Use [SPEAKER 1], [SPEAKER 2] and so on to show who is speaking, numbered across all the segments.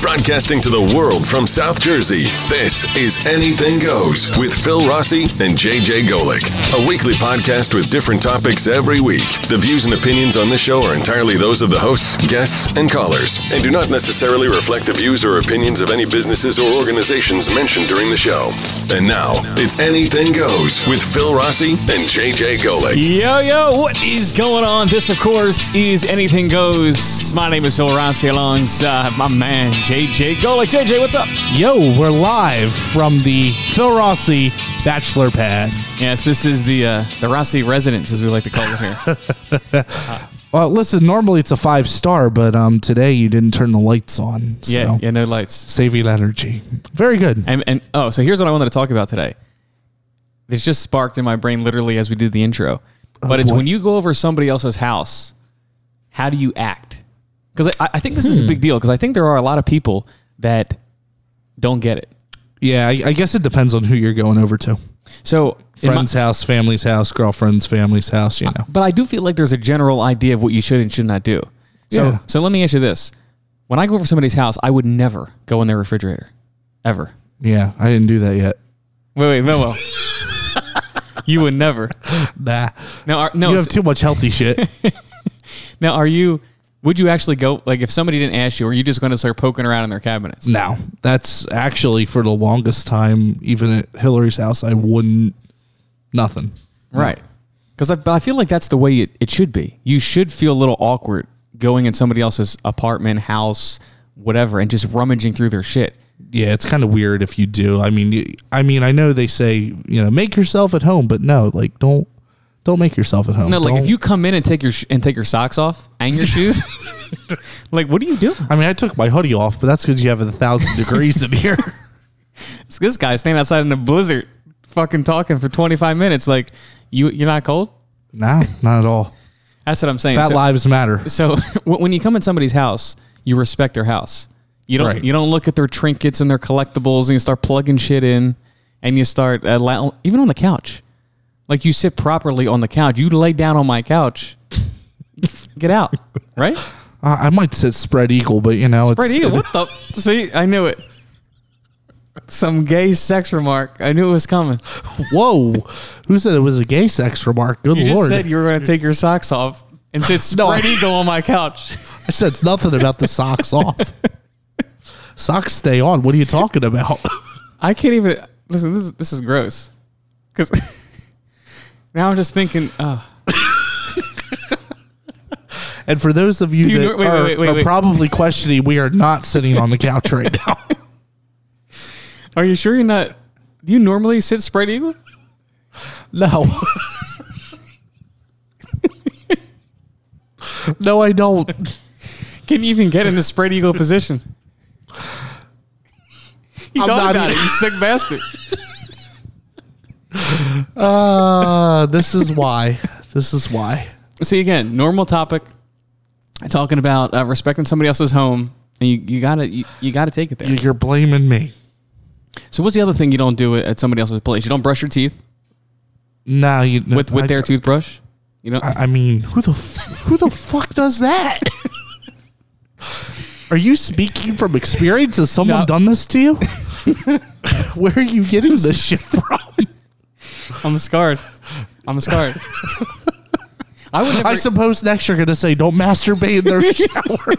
[SPEAKER 1] Broadcasting to the world from South Jersey, this is Anything Goes with Phil Rossi and JJ Golick. A weekly podcast with different topics every week. The views and opinions on this show are entirely those of the hosts, guests, and callers, and do not necessarily reflect the views or opinions of any businesses or organizations mentioned during the show. And now, it's Anything Goes with Phil Rossi and JJ Golick.
[SPEAKER 2] Yo, yo, what is going on? This, of course, is Anything Goes. My name is Phil Rossi alongside my man, JJ Golick. JJ, what's up?
[SPEAKER 3] Yo, we're live from the Phil Rossi Bachelor Pad.
[SPEAKER 2] Yes, this is the uh, the Rossi residence, as we like to call it here.
[SPEAKER 3] Well, listen, normally it's a five star, but um, today you didn't turn the lights on. So
[SPEAKER 2] yeah, yeah, no lights.
[SPEAKER 3] saving energy. Very good.
[SPEAKER 2] And, and oh, so here's what I wanted to talk about today. This just sparked in my brain literally as we did the intro. But it's
[SPEAKER 3] boy.
[SPEAKER 2] when you go over somebody else's house, how do you act? Because I, I think this is a big deal because I think there are a lot of people that don't get it.
[SPEAKER 3] Yeah, I, I guess it depends on who you're going over to.
[SPEAKER 2] So, in my-
[SPEAKER 3] Friend's house, family's house, girlfriend's family's house, you know.
[SPEAKER 2] but I do feel like there's a general idea of what you should and should not do. So,
[SPEAKER 3] Yeah.
[SPEAKER 2] so let me ask you this: When I go over to somebody's house, I would never go in their refrigerator, ever.
[SPEAKER 3] Yeah, I didn't do that yet.
[SPEAKER 2] Wait, wait, no, well, you would never.
[SPEAKER 3] Nah.
[SPEAKER 2] Now, are, no,
[SPEAKER 3] You have too much healthy shit.
[SPEAKER 2] now are you? Would you actually go? Like, if somebody didn't ask you, are you just going to start poking around in their cabinets?
[SPEAKER 3] No, that's actually for the longest time, even at Hillary's house, I wouldn't. Nothing.
[SPEAKER 2] Right. Because I, but I feel like that's the way it, it should be. You should feel a little awkward going in somebody else's apartment, house, whatever, and just rummaging through their shit.
[SPEAKER 3] Yeah, it's kind of weird if you do. I mean, you, I mean, I know they say you know make yourself at home, but no, like don't don't make yourself at home.
[SPEAKER 2] No, like
[SPEAKER 3] Don't-
[SPEAKER 2] if you come in and take your sh- and take your socks off and your shoes, like what do you do?
[SPEAKER 3] I mean, I took my hoodie off, but that's because you have a thousand degrees in here.
[SPEAKER 2] It's this guy standing outside in the blizzard, fucking talking for twenty five minutes. Like you, you're not cold.
[SPEAKER 3] Nah, not at all.
[SPEAKER 2] That's what I'm saying.
[SPEAKER 3] Fat
[SPEAKER 2] so,
[SPEAKER 3] lives matter.
[SPEAKER 2] so when when you come in somebody's house, you respect their house. You don't
[SPEAKER 3] Right.
[SPEAKER 2] you don't look at their trinkets and their collectibles, and you start plugging shit in, and you start uh, la- even on the couch. Like you sit properly on the couch. You lay down on my couch. Get out, right?
[SPEAKER 3] I, I might sit spread eagle, but you know,
[SPEAKER 2] Spread
[SPEAKER 3] it's,
[SPEAKER 2] eagle. What the? See, I knew it. Some gay sex remark. I knew it was coming.
[SPEAKER 3] Whoa, who said it was a gay sex remark? Good
[SPEAKER 2] You just
[SPEAKER 3] lord,
[SPEAKER 2] said you were going to take your socks off and sit
[SPEAKER 3] No, I-
[SPEAKER 2] spread eagle on my couch.
[SPEAKER 3] I said nothing about the socks off. Socks stay on. What are you talking about?
[SPEAKER 2] I can't even listen. This is this is gross. Because now I'm just thinking. Uh,
[SPEAKER 3] And for those of you,
[SPEAKER 2] you
[SPEAKER 3] that
[SPEAKER 2] know- wait, wait,
[SPEAKER 3] are,
[SPEAKER 2] wait, wait,
[SPEAKER 3] are
[SPEAKER 2] wait.
[SPEAKER 3] probably questioning, we are not sitting on the couch right now.
[SPEAKER 2] are you sure you're not? Do you normally sit spread eagle?
[SPEAKER 3] No. no, I don't.
[SPEAKER 2] Can you even get in the spread eagle position? You
[SPEAKER 3] I'm
[SPEAKER 2] thought
[SPEAKER 3] not
[SPEAKER 2] about it.
[SPEAKER 3] even-
[SPEAKER 2] You sick bastard.
[SPEAKER 3] Uh, this is why. This is why.
[SPEAKER 2] see again normal topic talking about uh, respecting somebody else's home and you, you gotta you, you gotta take it there
[SPEAKER 3] You're blaming me.
[SPEAKER 2] so what's the other thing you don't do at somebody else's place you don't brush your teeth
[SPEAKER 3] No, you
[SPEAKER 2] with with
[SPEAKER 3] I,
[SPEAKER 2] their toothbrush you know
[SPEAKER 3] I mean, who the f- who the fuck does that? Are you speaking from experience? Has someone
[SPEAKER 2] No.
[SPEAKER 3] done this to you? Where are you getting this shit from?
[SPEAKER 2] i'm scarred i'm scarred i would never
[SPEAKER 3] I suppose next you're gonna say, "Don't masturbate in their shower."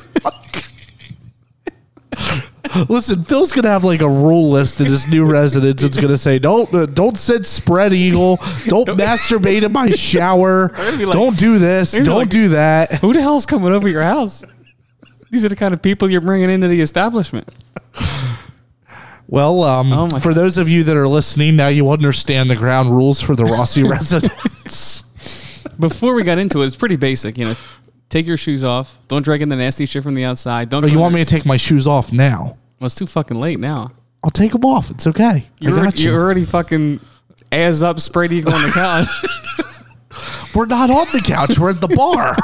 [SPEAKER 3] Listen, Phil's gonna have like a rule list in his new residence. It's gonna say, "Don't uh, don't sit spread eagle. Don't, masturbate in my shower.
[SPEAKER 2] gonna be like-
[SPEAKER 3] don't do this.
[SPEAKER 2] gonna be
[SPEAKER 3] Don't
[SPEAKER 2] like-
[SPEAKER 3] do that."
[SPEAKER 2] who the hell's coming over your house these are the kind of people you're bringing into the establishment
[SPEAKER 3] Well, um,
[SPEAKER 2] Oh my
[SPEAKER 3] for those of you that are listening now, you understand the ground rules for the Rossi residence.
[SPEAKER 2] before we got into it it's pretty basic you know take your shoes off don't drag in the nasty shit from the outside don't
[SPEAKER 3] Oh, you want me to take my shoes off now?
[SPEAKER 2] well, it's too fucking late now
[SPEAKER 3] I'll take them off. It's okay. I
[SPEAKER 2] You're,
[SPEAKER 3] got you.
[SPEAKER 2] you're already fucking ass up, spread eagle on the couch.
[SPEAKER 3] We're not on the couch. We're at the bar.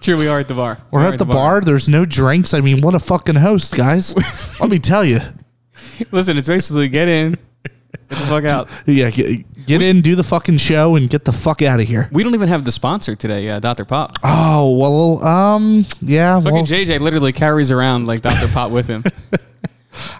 [SPEAKER 2] True, we are at the bar.
[SPEAKER 3] We're at the bar. There's no drinks. I mean, what a fucking host, guys. Let me tell you.
[SPEAKER 2] Listen, it's basically get in, get the fuck out.
[SPEAKER 3] Yeah, get, Get in, do the fucking show, and get the fuck out of here.
[SPEAKER 2] We don't even have the sponsor today, uh, Dr. Pop.
[SPEAKER 3] Oh well, um, yeah.
[SPEAKER 2] Fucking
[SPEAKER 3] Well,
[SPEAKER 2] JJ literally carries around like Dr. Pop with him,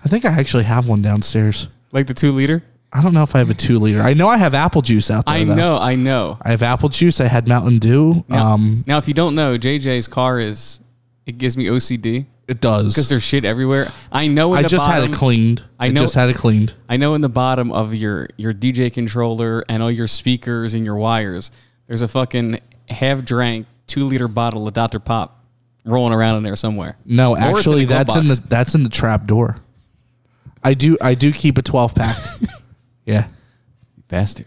[SPEAKER 3] I think I actually have one downstairs.
[SPEAKER 2] like the two liter.
[SPEAKER 3] I don't know if I have a two liter. I know I have apple juice out there.
[SPEAKER 2] I
[SPEAKER 3] though.
[SPEAKER 2] know, I know.
[SPEAKER 3] I have apple juice. I had Mountain Dew.
[SPEAKER 2] Now,
[SPEAKER 3] Um,
[SPEAKER 2] now, if you don't know, JJ's car is it gives me OCD
[SPEAKER 3] it
[SPEAKER 2] because
[SPEAKER 3] does.
[SPEAKER 2] there's shit everywhere. I know. In
[SPEAKER 3] I
[SPEAKER 2] the
[SPEAKER 3] just
[SPEAKER 2] bottom,
[SPEAKER 3] had it cleaned.
[SPEAKER 2] I
[SPEAKER 3] I
[SPEAKER 2] know-
[SPEAKER 3] just had it cleaned.
[SPEAKER 2] I know in the bottom of your your DJ controller and all your speakers and your wires, there's a fucking half drank two liter bottle of Dr. Pop rolling around in there somewhere.
[SPEAKER 3] No,
[SPEAKER 2] Or it's in
[SPEAKER 3] actually,
[SPEAKER 2] a glove
[SPEAKER 3] that's in
[SPEAKER 2] box.
[SPEAKER 3] the that's in the trap door. I do I do keep a twelve pack. yeah,
[SPEAKER 2] bastard.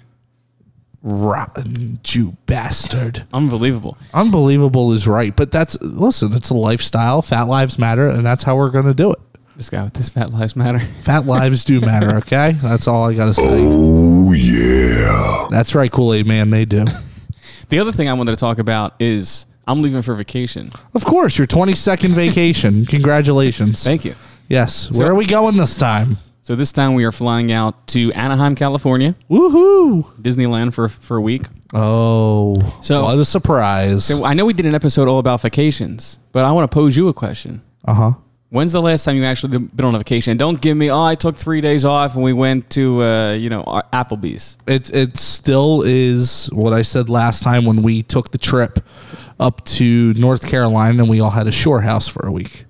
[SPEAKER 3] rotten Jew bastard.
[SPEAKER 2] Unbelievable.
[SPEAKER 3] Unbelievable is right, but that's listen. It's a lifestyle. Fat lives matter, and that's how we're gonna do it.
[SPEAKER 2] This guy with this fat lives matter.
[SPEAKER 3] Fat lives do matter. Okay, that's all I gotta say.
[SPEAKER 1] Oh, yeah.
[SPEAKER 3] That's right, Kool Aid man. They do.
[SPEAKER 2] The other thing I wanted to talk about is I'm leaving for vacation.
[SPEAKER 3] Of course, your twenty second vacation. Congratulations.
[SPEAKER 2] Thank you.
[SPEAKER 3] Yes. Where are we going this time?
[SPEAKER 2] So this time we are flying out to Anaheim, California,
[SPEAKER 3] Woohoo!
[SPEAKER 2] Disneyland for for a week.
[SPEAKER 3] Oh,
[SPEAKER 2] So-
[SPEAKER 3] what a surprise.
[SPEAKER 2] I know we did an episode all about vacations, but I want to pose you a question.
[SPEAKER 3] Uh huh.
[SPEAKER 2] When's the last time you actually been on a vacation? And don't give me, oh, I took three days off and we went to, uh, you know, our Applebee's.
[SPEAKER 3] It it still is what I said last time when we took the trip up to North Carolina and we all had a shore house for a week.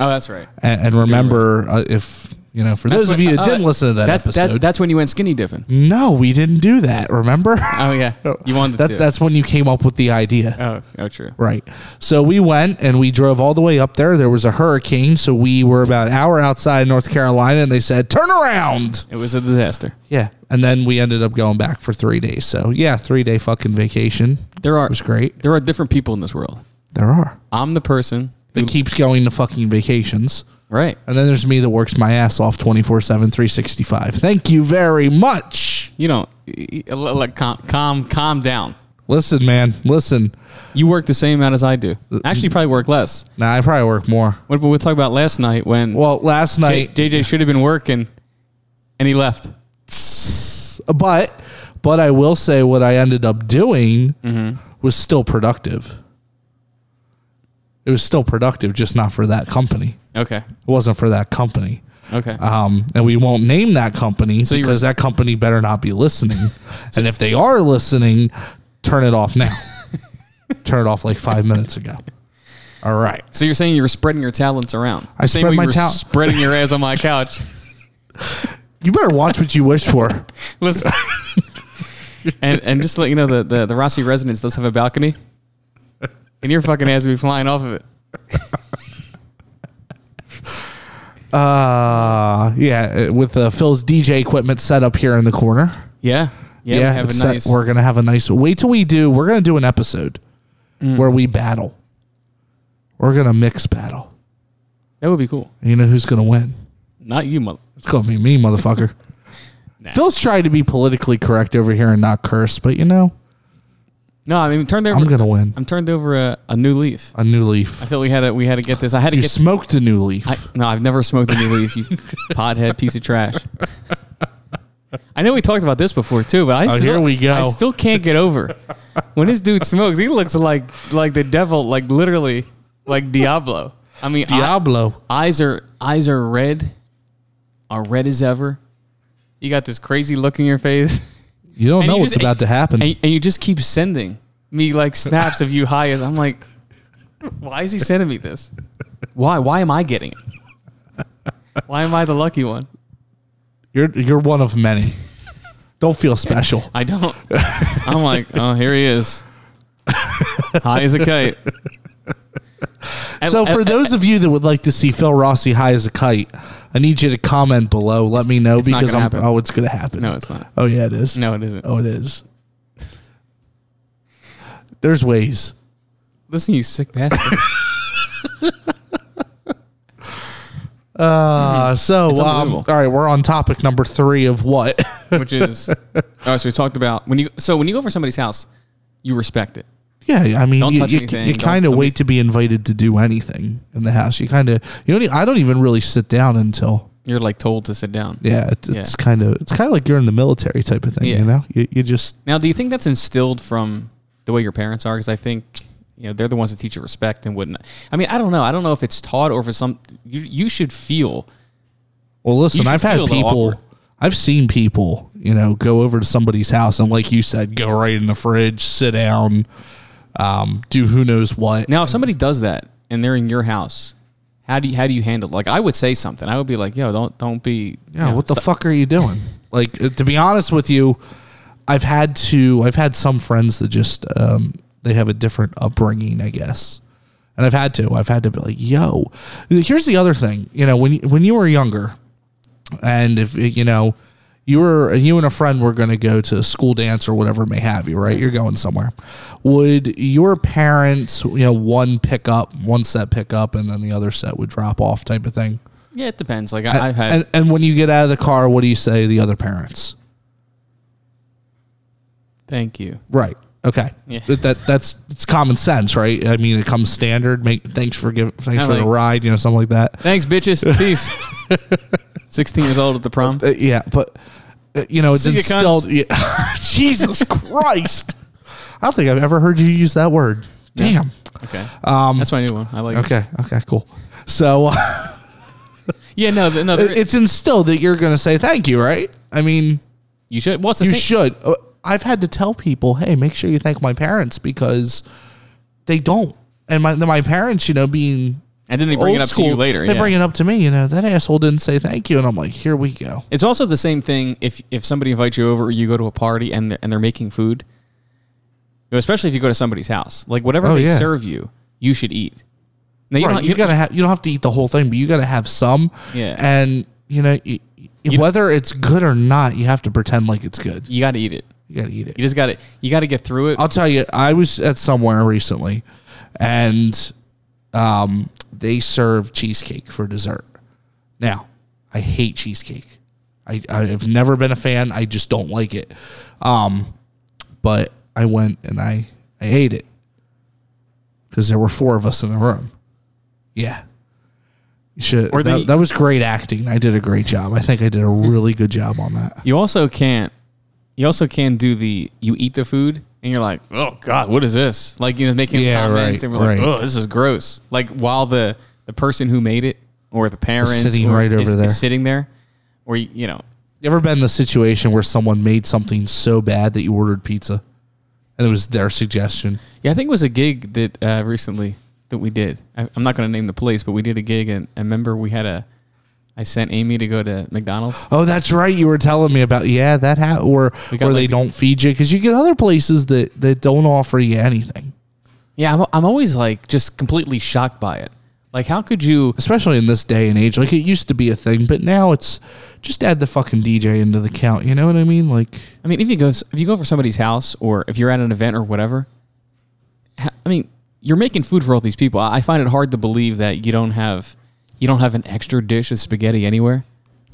[SPEAKER 2] Oh, that's right.
[SPEAKER 3] And, and remember, uh, if you know, for those of you that didn't listen to that
[SPEAKER 2] uh, that's,
[SPEAKER 3] episode, Mm.
[SPEAKER 2] that's when you went skinny dipping.
[SPEAKER 3] no, we didn't do that. Remember,
[SPEAKER 2] Oh, yeah. You wanted
[SPEAKER 3] that
[SPEAKER 2] to.
[SPEAKER 3] that's when you came up with the idea.
[SPEAKER 2] oh, oh, true.
[SPEAKER 3] Right. So we went and we drove all the way up there. There was a hurricane, so we were about an hour outside North Carolina, and they said turn around.
[SPEAKER 2] It was a disaster.
[SPEAKER 3] Yeah. And then we ended up going back for three days. So yeah, three day fucking vacation.
[SPEAKER 2] There are,
[SPEAKER 3] It was great.
[SPEAKER 2] there are different people in this world.
[SPEAKER 3] There are.
[SPEAKER 2] I'm the person,
[SPEAKER 3] That keeps going to fucking vacations.
[SPEAKER 2] right?
[SPEAKER 3] And then there's me that works my ass off 24 7, 365. Thank you very much.
[SPEAKER 2] You know, y- y- like, calm, calm, calm down.
[SPEAKER 3] Listen, man, listen.
[SPEAKER 2] You work the same amount as I do.
[SPEAKER 3] Uh, mm.
[SPEAKER 2] Actually, you probably work less.
[SPEAKER 3] Nah, I probably work more.
[SPEAKER 2] What we talked about last night when
[SPEAKER 3] Well, last
[SPEAKER 2] J-
[SPEAKER 3] night,
[SPEAKER 2] JJ should have been working and he left.
[SPEAKER 3] but but I will say what I ended up doing was still productive. It was still productive, just not for that company.
[SPEAKER 2] Okay.
[SPEAKER 3] It wasn't for that company.
[SPEAKER 2] Okay.
[SPEAKER 3] um, and we won't name that company
[SPEAKER 2] you
[SPEAKER 3] because that company better not be listening. and if they are listening, turn it off now. turn it off like five minutes ago. All right.
[SPEAKER 2] So you're saying you were spreading your talents around?
[SPEAKER 3] I
[SPEAKER 2] Same
[SPEAKER 3] spread
[SPEAKER 2] way
[SPEAKER 3] my
[SPEAKER 2] you were
[SPEAKER 3] tal-
[SPEAKER 2] spreading your ass on my couch.
[SPEAKER 3] You better watch what you wish for.
[SPEAKER 2] Listen, and and just to let you know the, the the Rossi residence does have a balcony, and your fucking ass will be flying off of it.
[SPEAKER 3] Uh, yeah, uh, with uh, Phil's DJ equipment set up here in the corner.
[SPEAKER 2] Yeah, yeah. we have a
[SPEAKER 3] it's set-
[SPEAKER 2] nice.
[SPEAKER 3] we're gonna have a nice. Wait till we do. We're gonna do an episode
[SPEAKER 2] Mm.
[SPEAKER 3] where we battle. We're gonna mix battle.
[SPEAKER 2] That would be cool.
[SPEAKER 3] And you know who's gonna win?
[SPEAKER 2] Not you, mother.
[SPEAKER 3] It's gonna be me, motherfucker. Phil's trying to be politically correct over here and not curse, but you know,
[SPEAKER 2] No, I mean turned over.
[SPEAKER 3] I'm gonna win
[SPEAKER 2] I'm turned over a, a new leaf.
[SPEAKER 3] a new leaf.
[SPEAKER 2] I feel we had to we had to get this. I had to
[SPEAKER 3] You
[SPEAKER 2] get.
[SPEAKER 3] smoked a new leaf.
[SPEAKER 2] I, no, I've never smoked a new leaf. You podhead piece of trash. I know we talked about this before too, but I
[SPEAKER 3] Oh,
[SPEAKER 2] still,
[SPEAKER 3] here we go.
[SPEAKER 2] I still can't get over when this dude smokes. He looks like like the devil, like literally like Diablo. I mean, eye-
[SPEAKER 3] Diablo.
[SPEAKER 2] eyes are eyes are red, are red as ever. You got this crazy look in your face,
[SPEAKER 3] You don't
[SPEAKER 2] and
[SPEAKER 3] know
[SPEAKER 2] you
[SPEAKER 3] what's
[SPEAKER 2] just-
[SPEAKER 3] about to happen.
[SPEAKER 2] and, and you just keep sending me like snaps of you high as. I'm like, why is he sending me this? Why? Why am I getting it? Why am I the lucky one?
[SPEAKER 3] You're you're one of many. don't feel special.
[SPEAKER 2] I don't. I'm like, oh, here he is, high as a kite. And-
[SPEAKER 3] So
[SPEAKER 2] and-
[SPEAKER 3] for those of you that would like to see Phil Rossi high as a kite, I need you to comment below. Let me know
[SPEAKER 2] not
[SPEAKER 3] because I'm
[SPEAKER 2] gonna happen.
[SPEAKER 3] oh it's gonna happen.
[SPEAKER 2] no, it's not.
[SPEAKER 3] Oh yeah, it is.
[SPEAKER 2] No, it isn't.
[SPEAKER 3] Oh it is. There's ways.
[SPEAKER 2] Listen, you sick bastard.
[SPEAKER 3] Uh, so
[SPEAKER 2] Mm-hmm. It's
[SPEAKER 3] um, all
[SPEAKER 2] unbelievable.
[SPEAKER 3] right, we're on topic number three of what?
[SPEAKER 2] Which is, oh, so we talked about when you. So when you go over somebody's house, you respect it.
[SPEAKER 3] Yeah, I mean,
[SPEAKER 2] Don't
[SPEAKER 3] you,
[SPEAKER 2] touch
[SPEAKER 3] you,
[SPEAKER 2] anything.
[SPEAKER 3] you
[SPEAKER 2] Don't-
[SPEAKER 3] kind of
[SPEAKER 2] don't
[SPEAKER 3] wait to be invited to do anything in the house. You kind of you don't. e- I don't even really sit down until
[SPEAKER 2] You're like told to sit down.
[SPEAKER 3] Yeah, it,
[SPEAKER 2] Yeah.
[SPEAKER 3] it's kind of it's kind of like you're in the military type of thing.
[SPEAKER 2] Yeah.
[SPEAKER 3] You know, you, you just
[SPEAKER 2] Now, do you think that's instilled from the way your parents are? Because I think you know they're the ones that teach you respect and whatnot. I mean, I don't know. I don't know if it's taught or if it's some. You you should feel
[SPEAKER 3] Well, listen,
[SPEAKER 2] should
[SPEAKER 3] I've had
[SPEAKER 2] feel the
[SPEAKER 3] people,
[SPEAKER 2] awkward.
[SPEAKER 3] I've seen people, you know, go over to somebody's house and, like you said, go right in the fridge, sit down, um, do who knows what.
[SPEAKER 2] now if somebody does that and they're in your house. How do you how do you handle? it? Like I would say something. I would be like, "Yo, don't don't be."
[SPEAKER 3] yeah,
[SPEAKER 2] you know,
[SPEAKER 3] what the
[SPEAKER 2] so-
[SPEAKER 3] fuck are you doing? like, uh, to be honest with you, I've had to, I've had some friends that just, um, they have a different upbringing, I guess. And I've had to, I've had to be like, yo, here's the other thing, you know, when, you- when you were younger, and if eh, you know you were you and a friend were going to go to a school dance or whatever it may have you right you're going somewhere would your parents you know one pick up one set pick up and then the other set would drop off type of thing
[SPEAKER 2] Yeah, it depends. Like I, I've had.
[SPEAKER 3] and, and when you get out of the car what do you say to the other parents
[SPEAKER 2] thank you.
[SPEAKER 3] right okay
[SPEAKER 2] Yeah.
[SPEAKER 3] But that that's it's common sense right i mean it comes standard make thanks for giving thanks
[SPEAKER 2] I
[SPEAKER 3] for the
[SPEAKER 2] like-
[SPEAKER 3] ride you know something like that
[SPEAKER 2] Thanks, bitches. Peace. Sixteen years old at the prom.
[SPEAKER 3] Uh, yeah, but uh, you know, it's
[SPEAKER 2] See ya,
[SPEAKER 3] instilled. Yeah. Jesus Christ! I don't think I've ever heard you use that word. Damn.
[SPEAKER 2] Okay, um, that's my new one. I like. it.
[SPEAKER 3] Okay. Okay. Cool. So uh,
[SPEAKER 2] Yeah, no, th- no. there-
[SPEAKER 3] it's instilled that you're going to say thank you, right? I mean,
[SPEAKER 2] you should. What's the
[SPEAKER 3] you
[SPEAKER 2] same-
[SPEAKER 3] should. Uh, I've had to tell people, hey, make sure you thank my parents because they don't. And my my parents, you know, being
[SPEAKER 2] And then they bring
[SPEAKER 3] old
[SPEAKER 2] it up
[SPEAKER 3] school,
[SPEAKER 2] to you later.
[SPEAKER 3] They
[SPEAKER 2] yeah.
[SPEAKER 3] bring it up to me. You know, that asshole didn't say thank you, and I'm like, here we go.
[SPEAKER 2] It's also the same thing if if somebody invites you over or you go to a party and they're, and they're making food. You know, especially if you go to somebody's house, like whatever
[SPEAKER 3] Oh,
[SPEAKER 2] they
[SPEAKER 3] yeah.
[SPEAKER 2] serve you, you should eat. Now you
[SPEAKER 3] Right,
[SPEAKER 2] don't.
[SPEAKER 3] you,
[SPEAKER 2] You,
[SPEAKER 3] gotta have. You don't have to eat the whole thing, but you gotta have some.
[SPEAKER 2] Yeah.
[SPEAKER 3] And you know, y y- whether it's good or not, you have to pretend like it's good.
[SPEAKER 2] you got to eat it.
[SPEAKER 3] You gotta eat it.
[SPEAKER 2] You just got to. You got to get through it.
[SPEAKER 3] I'll tell you, I was at somewhere recently, and um, they serve cheesecake for dessert. Now, I hate cheesecake. I, I've never been a fan. I just don't like it. Um, but I went and I, I ate it because there were four of us in the room. Yeah. You should,
[SPEAKER 2] Or they-
[SPEAKER 3] that, that was great acting. I did a great job. I think I did a really good job on that.
[SPEAKER 2] You also can't. You also can't do the. You eat the food and you're like, oh god, what is this? Like you know, making
[SPEAKER 3] Yeah,
[SPEAKER 2] comments
[SPEAKER 3] right,
[SPEAKER 2] and we're like,
[SPEAKER 3] right.
[SPEAKER 2] oh, this is gross. Like while the the person who made it or the parents
[SPEAKER 3] sitting
[SPEAKER 2] or
[SPEAKER 3] right over
[SPEAKER 2] is-
[SPEAKER 3] there.
[SPEAKER 2] is sitting there, or you you know,
[SPEAKER 3] You ever been in the situation where someone made something so bad that you ordered pizza and it was their suggestion?
[SPEAKER 2] Yeah, I think it was a gig that uh, recently that we did. I, I'm not going to name the place, but we did a gig, and I remember we had a. I sent Amy to go to McDonald's.
[SPEAKER 3] Oh, that's right. You were telling me about, yeah, that ha- or,
[SPEAKER 2] We got
[SPEAKER 3] or they
[SPEAKER 2] like-
[SPEAKER 3] don't feed you because you get other places that, that don't offer you anything,
[SPEAKER 2] Yeah, I'm, I'm always like just completely shocked by it. Like, how could you?
[SPEAKER 3] especially in this day and age. Like it used to be a thing, but now it's just add the fucking DJ into the count. You know what I mean? Like,
[SPEAKER 2] I mean, if you go if you go over somebody's house, or if you're at an event or whatever, ha- I mean, you're making food for all these people. I, I find it hard to believe that you don't have you don't have an extra dish of spaghetti anywhere.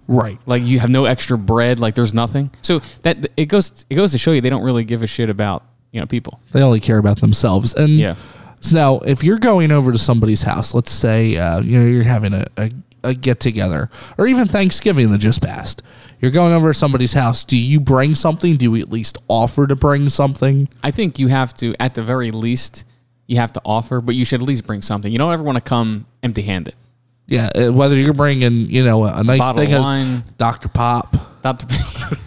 [SPEAKER 3] right.
[SPEAKER 2] like you have no extra bread like there's nothing so that it goes it goes to show you they don't really give a shit about you know people
[SPEAKER 3] They only care about themselves. And
[SPEAKER 2] Yeah.
[SPEAKER 3] so now, if you're going over to somebody's house, let's say uh, you know you're having a, a, a get together, or even Thanksgiving that just passed, you're going over to somebody's house. Do you bring something? Do you at least offer to bring something?
[SPEAKER 2] i think you have to at the very least you have to offer but you should at least bring something you don't ever want to come empty handed
[SPEAKER 3] Yeah, uh, whether you're bringing you know a, a nice
[SPEAKER 2] Bottle
[SPEAKER 3] thing
[SPEAKER 2] of wine.
[SPEAKER 3] Dr. Pop.
[SPEAKER 2] stop to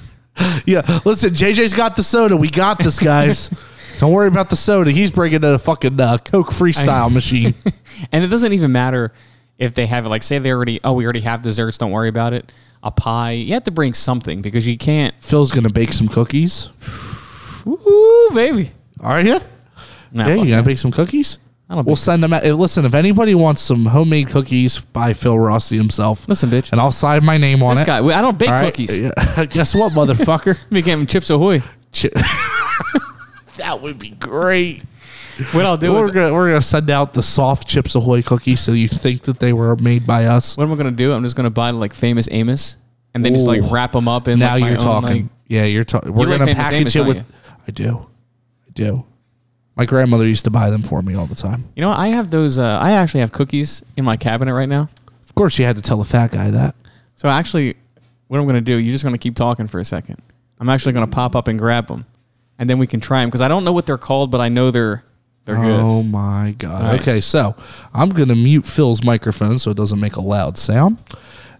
[SPEAKER 3] Yeah, listen, JJ's got the soda. We got this, guys. Don't worry about the soda. He's bringing in a fucking uh, Coke freestyle machine.
[SPEAKER 2] and it doesn't even matter if they have it like say they already oh we already have desserts don't worry about it a pie you have to bring something because you can't
[SPEAKER 3] Phil's gonna bake some cookies.
[SPEAKER 2] ooh baby
[SPEAKER 3] Are you?
[SPEAKER 2] Nah,
[SPEAKER 3] Yeah,
[SPEAKER 2] fuck
[SPEAKER 3] you gonna
[SPEAKER 2] that.
[SPEAKER 3] bake some cookies?
[SPEAKER 2] I don't
[SPEAKER 3] we'll
[SPEAKER 2] bake
[SPEAKER 3] send them out. eh, Listen, if anybody wants some homemade cookies by Phil Rossi himself,
[SPEAKER 2] Listen, bitch.
[SPEAKER 3] and I'll sign my name on
[SPEAKER 2] this
[SPEAKER 3] it.
[SPEAKER 2] guy i don't bake
[SPEAKER 3] All right?
[SPEAKER 2] cookies Let
[SPEAKER 3] Yeah. Guess what, motherfucker?
[SPEAKER 2] me get him chips ahoy
[SPEAKER 3] Ch- that would be great.
[SPEAKER 2] what i'll do
[SPEAKER 3] We're
[SPEAKER 2] is
[SPEAKER 3] gonna we're gonna send out the soft Chips Ahoy cookies, so you think that they were made by us.
[SPEAKER 2] what am I gonna do? I'm just gonna buy like famous Amos, and then just like
[SPEAKER 3] Ooh.
[SPEAKER 2] wrap them up. And
[SPEAKER 3] now
[SPEAKER 2] like, my
[SPEAKER 3] you're
[SPEAKER 2] own,
[SPEAKER 3] talking.
[SPEAKER 2] like-
[SPEAKER 3] yeah, you're talking. We're
[SPEAKER 2] You like
[SPEAKER 3] gonna
[SPEAKER 2] Famous
[SPEAKER 3] package
[SPEAKER 2] Amos,
[SPEAKER 3] it
[SPEAKER 2] don't
[SPEAKER 3] with.
[SPEAKER 2] you?
[SPEAKER 3] I do, I do. My grandmother used to buy them for me all the time.
[SPEAKER 2] you know, I have those. Uh, I actually have cookies in my cabinet right now.
[SPEAKER 3] Of course, you had to tell the fat guy that.
[SPEAKER 2] So actually, what I'm going to do, you're just going to keep talking for a second. I'm actually going to pop up and grab them, and then we can try them because I don't know what they're called, but I know they're they're good.
[SPEAKER 3] Oh my god.
[SPEAKER 2] right.
[SPEAKER 3] Okay, so I'm gonna mute Phil's microphone so it doesn't make a loud sound.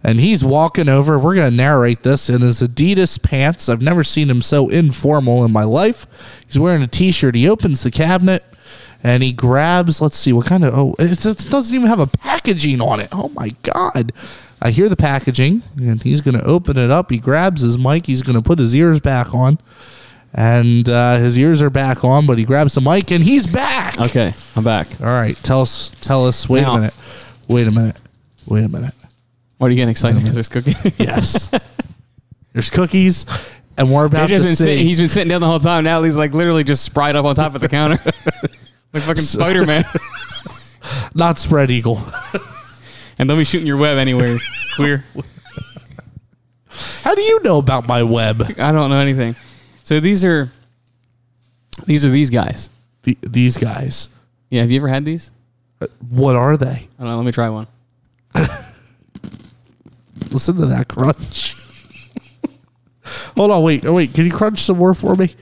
[SPEAKER 3] And he's walking over. We're gonna narrate this in his Adidas pants. I've never seen him so informal in my life. He's wearing a t-shirt. He opens the cabinet and he grabs. Let's see what kind of. Oh, it just doesn't even have a packaging on it. Oh my god. I hear the packaging, and he's gonna open it up. He grabs his mic. He's gonna put his ears back on, and uh, his ears are back on. But he grabs the mic, and he's back.
[SPEAKER 2] Okay, I'm back.
[SPEAKER 3] All right, tell us. Tell us. Wait
[SPEAKER 2] Now-
[SPEAKER 3] a minute. Wait a minute. Wait a minute.
[SPEAKER 2] What are you getting excited because there's cookies?
[SPEAKER 3] Yes. There's cookies, and we're about
[SPEAKER 2] JJ's
[SPEAKER 3] to
[SPEAKER 2] been sit-
[SPEAKER 3] see.
[SPEAKER 2] he's been sitting down the whole time. Now he's like literally just spried up on top of the counter, like fucking Spider Man.
[SPEAKER 3] not spread eagle.
[SPEAKER 2] and don't be shooting your web anywhere. Queer.
[SPEAKER 3] How do you know about my web?
[SPEAKER 2] I don't know anything. So these are these are these guys.
[SPEAKER 3] The, these guys.
[SPEAKER 2] Yeah, have you ever had these?
[SPEAKER 3] What are they?
[SPEAKER 2] I don't know. Let me try one.
[SPEAKER 3] Listen to that crunch. Hold on. Wait. Oh, wait. Can you crunch some more for me?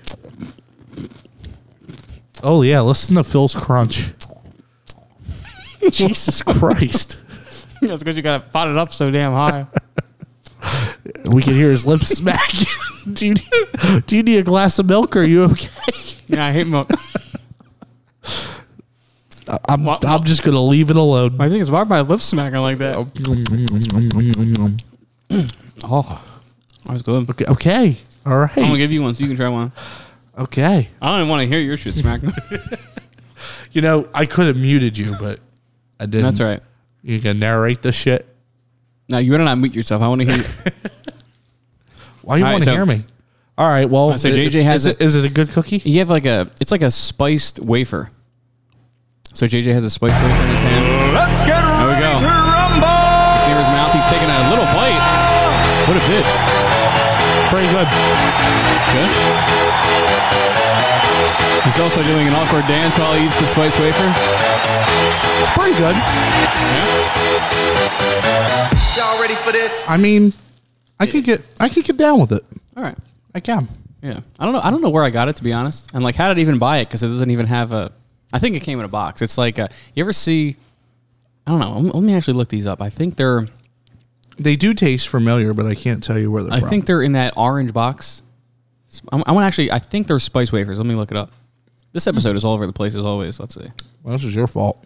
[SPEAKER 3] Oh yeah. Listen to Phil's crunch. Jesus Christ.
[SPEAKER 2] That's because you got it potted up so damn high.
[SPEAKER 3] We can hear his lips smack. do, you, do you need a glass of milk? Or are you okay?
[SPEAKER 2] yeah, I hate milk.
[SPEAKER 3] I'm,
[SPEAKER 2] What-
[SPEAKER 3] I'm just going to leave it alone.
[SPEAKER 2] I think it's why my lips smacking like that.
[SPEAKER 3] Okay.
[SPEAKER 2] Oh, that was good.
[SPEAKER 3] okay. All
[SPEAKER 2] I'm gonna
[SPEAKER 3] right.
[SPEAKER 2] give you one so you can try one.
[SPEAKER 3] Okay.
[SPEAKER 2] I don't even want to hear your shit smack.
[SPEAKER 3] You know, I could have muted you, but I didn't.
[SPEAKER 2] That's all right.
[SPEAKER 3] You can narrate the shit.
[SPEAKER 2] Now you better not mute yourself. I want to hear.
[SPEAKER 3] Why you
[SPEAKER 2] All right,
[SPEAKER 3] want to
[SPEAKER 2] so-
[SPEAKER 3] hear me? All right. Well,
[SPEAKER 2] So
[SPEAKER 3] i-
[SPEAKER 2] JJ
[SPEAKER 3] is
[SPEAKER 2] has
[SPEAKER 3] it. Is it a good cookie?
[SPEAKER 2] You have like a. It's like a spiced wafer. So JJ has a spiced wafer in his hand.
[SPEAKER 4] Let's get
[SPEAKER 2] we
[SPEAKER 4] ready
[SPEAKER 2] go.
[SPEAKER 4] to rumble!
[SPEAKER 2] It's near his mouth. He's taking a little bite. What a bitch.
[SPEAKER 3] Pretty good.
[SPEAKER 2] Good. He's also doing an awkward dance while he eats the spiced wafer.
[SPEAKER 3] Pretty good.
[SPEAKER 2] Yeah.
[SPEAKER 4] Y'all ready for this?
[SPEAKER 3] I mean, I could get. I could get down with it.
[SPEAKER 2] All right.
[SPEAKER 3] I can.
[SPEAKER 2] Yeah, I don't know. I don't know where I got it to be honest, and like how did I even buy it because it doesn't even have a. I think it came in a box. It's like a, you ever see. I don't know. Let me actually look these up. I think they're.
[SPEAKER 3] They do taste familiar, but I can't tell you where they're
[SPEAKER 2] I think they're in that orange box. I'm, I want actually. I think they're spice wafers. Let me look it up. This episode is all over the place as always. Let's see.
[SPEAKER 3] well, this is your fault.